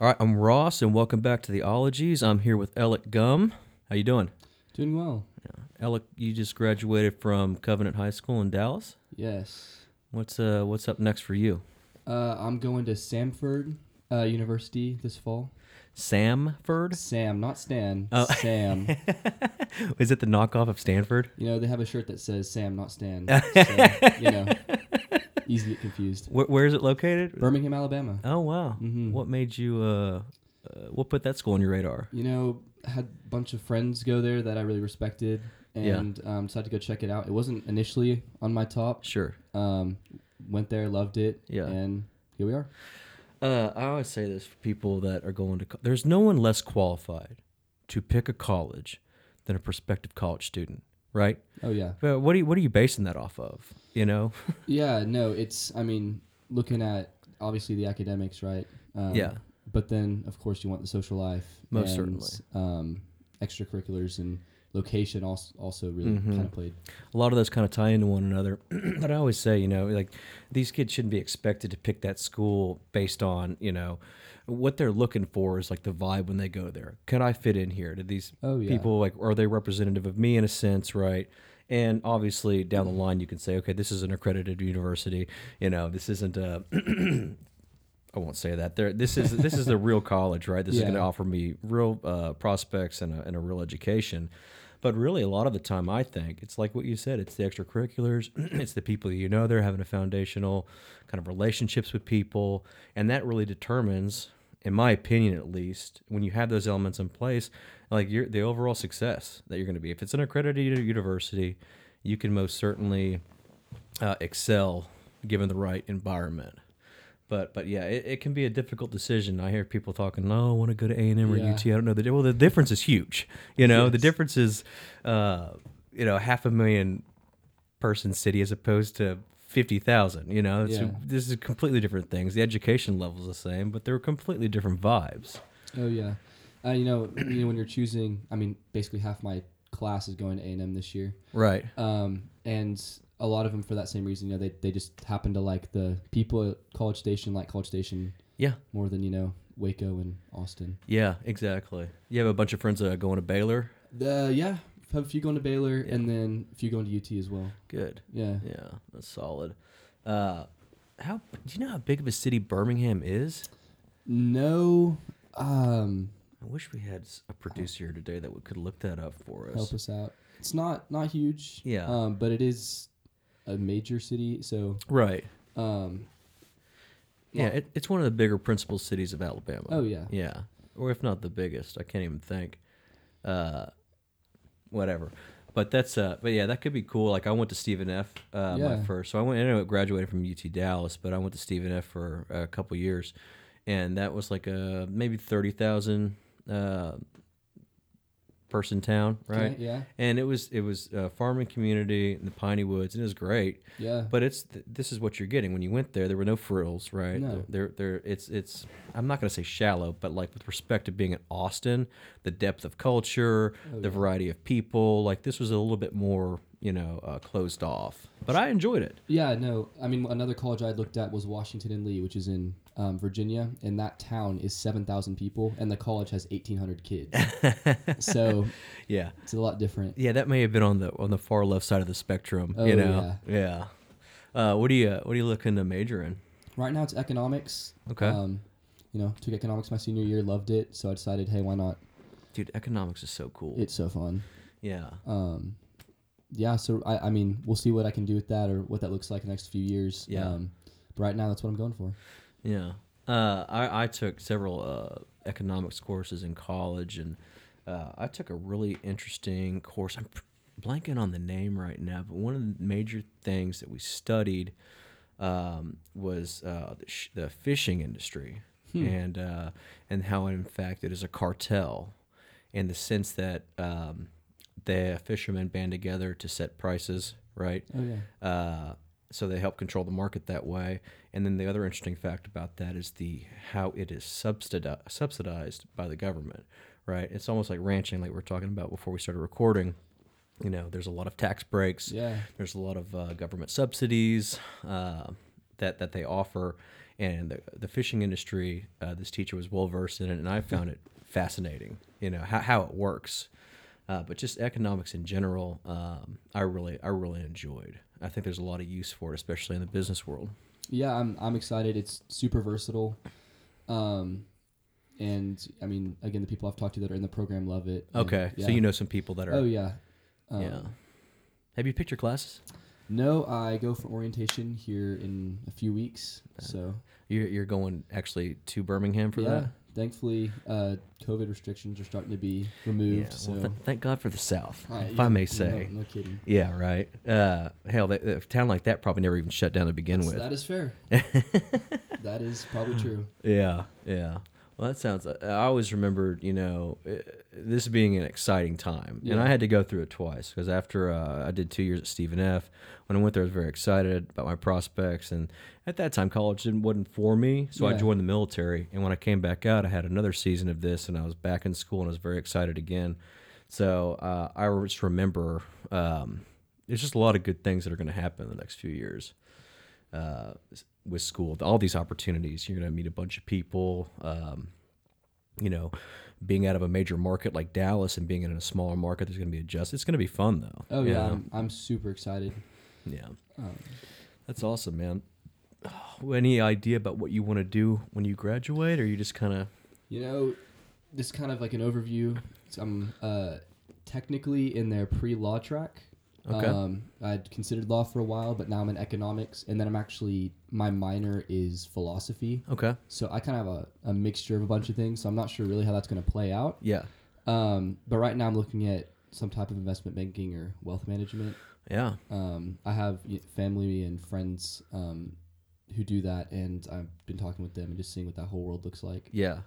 All right, I'm Ross, and welcome back to the Ologies. I'm here with Alec Gum. How you doing? Doing well. Alec, you just graduated from Covenant High School in Dallas. Yes. What's uh What's up next for you? Uh, I'm going to Samford uh, University this fall. Samford? Sam, not Stan. Oh. Sam. Is it the knockoff of Stanford? You know, they have a shirt that says Sam, not Stan. so, you know, easy to get confused. Where, where is it located? Birmingham, Alabama. Oh wow! Mhm. What made you? Uh, uh, what put that school on your radar? You know, had a bunch of friends go there that I really respected Yeah. and um, decided to go check it out. It wasn't initially on my top. Sure. Um, went there, loved it. Yeah. And here we are. Uh, I always say this for people that are going to. Co- There's no one less qualified to pick a college than a prospective college student, right? Oh, yeah. But what are you, what are you basing that off of? You know? Yeah, no, it's I mean, looking at obviously the academics, right? Um, Yeah. But then, of course, you want the social life, Most and, certainly. Um, extracurriculars and location also also really Mm-hmm. kind of played. a lot of those kind of tie into one another. but I always say, you know, like these kids shouldn't be expected to pick that school based on, you know, what they're looking for is like the vibe when they go there. Can I fit in here? Did these Oh, yeah. people like are they representative of me in a sense, right? And obviously, down the line, you can say, okay, this is an accredited university. You know, this isn't a. I won't say that. There, this is this is the real college, right? This is going to Yeah. offer me real uh, prospects and a, and a real education. But really, a lot of the time, I think it's like what you said. It's the extracurriculars. it's the people you know. They're having a foundational kind of relationships with people, and that really determines, in my opinion, at least, when you have those elements in place, like your the overall success that you're going to be. If it's an accredited university, you can most certainly uh, excel given the right environment. But but yeah, it, it can be a difficult decision. I hear people talking, "No, I want to go to A and M or Yeah. UT." I don't know the di-" well. The difference is huge. You know, the difference is, uh, you know, half a million person city as opposed to fifty thousand. You know, it's, Yeah. this is completely different things. The education level's the same, but they're completely different vibes. Oh yeah, uh, you know, you know when you're choosing. I mean, basically half my class is going to A and M this year, Right. um, and a lot of them for that same reason. You know, they they just happen to like the people at College Station, like College Station, Yeah. more than you know Waco and Austin. Yeah. Exactly. You have a bunch of friends that are going to Baylor. Uh, yeah, have a few going to Baylor, and then a few going to UT as well. Good. Yeah. Yeah, that's solid. Uh, how do you know how big of a city Birmingham is? No. Um, I wish we had s- a producer here today that would, could look that up for us. help us out. It's not not huge. Yeah. Um, but it is a major city, so Right. um, Yeah, it, it's one of the bigger principal cities of Alabama. Oh, yeah. Yeah, or if not the biggest, I can't even think. Uh, whatever. But that's uh, but yeah, that could be cool. Like I went to Stephen F. Uh, my Yeah. first, so I went. I know I graduated from UT Dallas, but I went to Stephen F. for a couple years, and that was like a maybe thirty thousand uh, person town, right? Yeah. And it was it was a farming community in the Piney Woods, and it was great. Yeah. But it's th- this is what you're getting when you went there. There were no frills, right? No. There, there. It's it's. I'm not gonna say shallow, but like with respect to being in Austin, the depth of culture, the variety of people. Like this was a little bit more, you know, uh, closed off. But I enjoyed it. yeah. No. I mean, another college I looked at was Washington and Lee, which is in um, Virginia, and that town is seven thousand people, and the college has eighteen hundred kids. so Yeah, it's a lot different. yeah. That may have been on the on the far left side of the spectrum. Oh, you know. Yeah. Uh, what do you What are you looking to major in? Right now, it's economics. Okay. Um, you know, took economics my senior year, loved it, so I decided, hey, why not? Dude, economics is so cool. It's so fun. yeah. um, yeah, so I, I mean, we'll see what I can do with that or what that looks like in the next few years. Yeah. Um, but right now, that's what I'm going for. Yeah. Uh, I, I took several uh, economics courses in college, and uh, I took a really interesting course. I'm pr- blanking on the name right now, but one of the major things that we studied um, was uh, the, sh- the fishing industry and uh, and how, in fact, it is a cartel in the sense that um, the fishermen band together to set prices, right? Oh, yeah. Uh, so they help control the market that way. And then the other interesting fact about that is the how it is subsidized, subsidized by the government, right? It's almost like ranching, like we were talking about before we started recording. You know, there's a lot of tax breaks. Yeah. There's a lot of uh, government subsidies uh, that that they offer, and the, the fishing industry. Uh, this teacher was well versed in it, and I found it fascinating. You know how, how it works, uh, but just economics in general. Um, I really I really enjoyed. I think there's a lot of use for it, especially in the business world. Yeah, I'm I'm excited. It's super versatile. Um, and I mean, again, the people I've talked to that are in the program love it. and, Okay, yeah. so you know some people that are. Oh yeah. Um, yeah. Have you picked your classes? No, I go for orientation here in a few weeks. So You're, you're going actually to Birmingham for yeah, that. thankfully, uh, COVID restrictions are starting to be removed. so Well, th- thank God for the South, Uh, if yeah, I may no- say. no, kidding. Yeah, right. Uh, hell, that, a town like that probably never even shut down to begin So with. that is fair. that is probably true. Yeah, yeah. Well, that sounds. I always remembered, you know, eh, this being an exciting time, and I Yeah. had to go through it twice because after uh, I did two years at Stephen F, when I went there, I was very excited about my prospects, and at that time, college didn't wasn't for me, so I Yeah. joined the military, and when I came back out, I had another season of this, and I was back in school, and I was very excited again. So uh, I just remember, um, there's just a lot of good things that are going to happen in the next few years uh, with school, all these opportunities. You're going to meet a bunch of people. Um, you know, being out of a major market like Dallas and being in a smaller market, there's going to be a adjust. It's going to be fun though. Oh you know? yeah, I'm, I'm super excited. yeah. Um, That's awesome, man. Any idea about what you want to do when you graduate, or you just kind of You know, this kind of like an overview. So I'm uh, technically in their pre-law track. Okay. Um, I'd considered law for a while, but now I'm in economics, and then I'm actually my minor is philosophy. okay? So I kind of have a, a mixture of a bunch of things. So I'm not sure really how that's going to play out. Yeah, Um, but right now I'm looking at some type of investment banking or wealth management. yeah. Um, I have y- family and friends um, who do that, and I've been talking with them and just seeing what that whole world looks like. Yeah,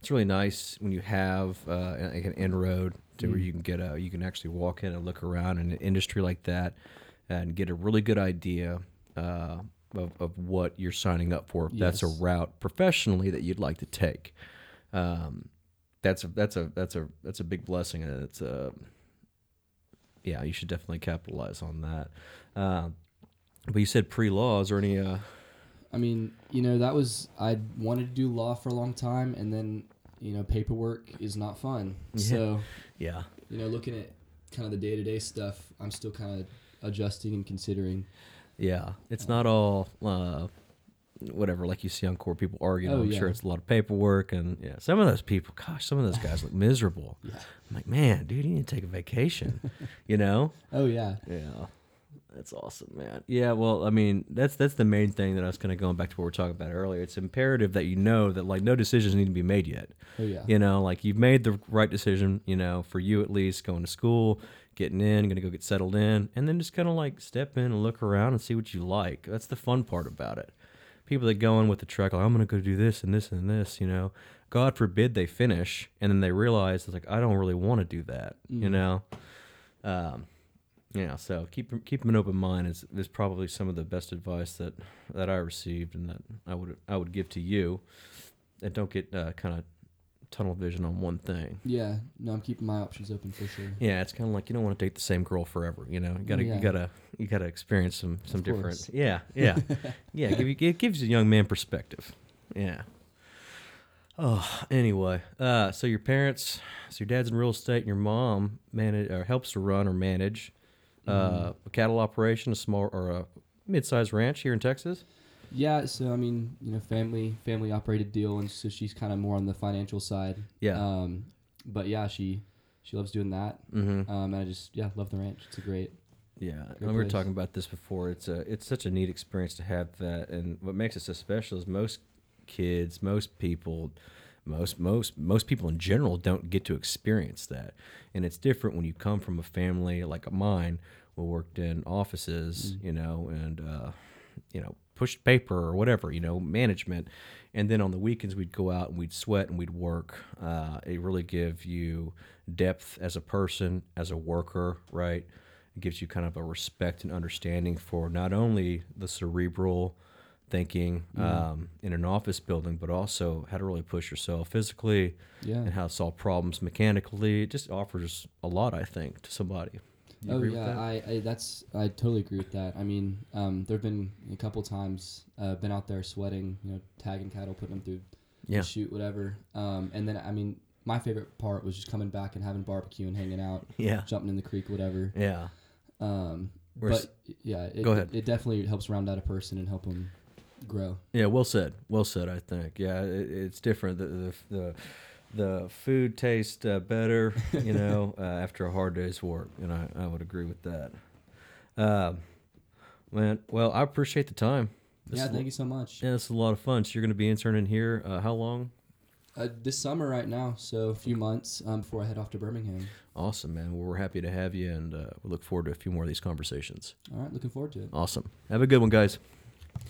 it's really nice when you have uh, an- like an inroad to where you can get a you can actually walk in and look around in an industry like that and get a really good idea uh, of of what you're signing up for. If That's a Yes. route professionally that you'd like to take. Um, that's a that's a that's a that's a big blessing, and it's a yeah. You should definitely capitalize on that. Uh, but you said pre law. Is there any? Uh, I mean, you know, that was I wanted to do law for a long time, and then you know, paperwork is not fun. So yeah. you know, looking at kind of the day to day stuff, I'm still kind of adjusting and considering. Yeah, it's not all uh, whatever like you see on court people arguing. Oh, I'm sure yeah. it's a lot of paperwork and yeah, some of those people, gosh, some of those guys look miserable. Yeah. I'm like, man, dude, you need to take a vacation. you know? Oh yeah, Yeah. That's awesome, man. Yeah, well, I mean, that's that's the main thing that I was kind of going back to what we were talking about earlier. It's imperative that you know that like no decisions need to be made yet. oh yeah, You know, like you've made the right decision, you know, for you at least, going to school, getting in, gonna go get settled in, and then just kind of like step in and look around and see what you like. That's the fun part about it. People that go in with the truck, like, I'm gonna go do this and this and this, you know. God forbid they finish and then they realize it's like I don't really want to do that, you know. Um, yeah, so keep keep an open mind is is probably some of the best advice that that I received and that I would I would give to you. And don't get uh, kind of tunnel vision on one thing. yeah. No, I'm keeping my options open for sure. Yeah, it's kind of like you don't want to date the same girl forever. You know, you gotta Yeah. you gotta you gotta experience some some Of different. course. Yeah, yeah, yeah. Give you, it gives a young man perspective. Yeah. Oh, anyway, uh, so your parents, so your dad's in real estate, and your mom manage or helps to run or manage uh, Mm-hmm. a cattle operation, a small or a mid-sized ranch here in Texas. Yeah, so I mean, you know, family family operated deal, and so she's kind of more on the financial side. Yeah. Um, but yeah, she she loves doing that. Mm-hmm. Um, and I just yeah love the ranch. It's a great. Yeah, Good and we were place. talking about this before. It's a it's such a neat experience to have that, and what makes it so special is most kids, most people, most most most people in general don't get to experience that, and it's different when you come from a family like mine, who worked in offices, you know, and uh, you know pushed paper or whatever, you know, management, and then on the weekends we'd go out and we'd sweat and we'd work. Uh, it really give you depth as a person, as a worker, right? It gives you kind of a respect and understanding for not only the cerebral thinking Mm. um, in an office building, but also how to really push yourself physically Yeah. and how to solve problems mechanically. It just offers a lot, I think, to somebody. You Oh agree with yeah, that? I, I that's I totally agree with that. I mean, um, there've been a couple times uh, been out there sweating, you know, tagging cattle, putting them through Yeah. the chute, whatever. Um, and then I mean, my favorite part was just coming back and having barbecue and hanging out, yeah. jumping in the creek, whatever. Yeah. Um, We're but yeah, it, Go ahead. It definitely helps round out a person and help them grow. Yeah, well said. Well said. I think. Yeah, it, it's different. The the the, the food tastes uh, better, you know, uh, after a hard day's work, and I, I would agree with that. Um, man, well, I appreciate the time. This yeah, is, thank you so much. Yeah, this is a lot of fun. So you're going to be interning here. Uh, how long? Uh, this summer right now, so a few months um, before I head off to Birmingham. Awesome, man. Well, we're happy to have you, and uh, we look forward to a few more of these conversations. All right, looking forward to it. Awesome. Have a good one, guys.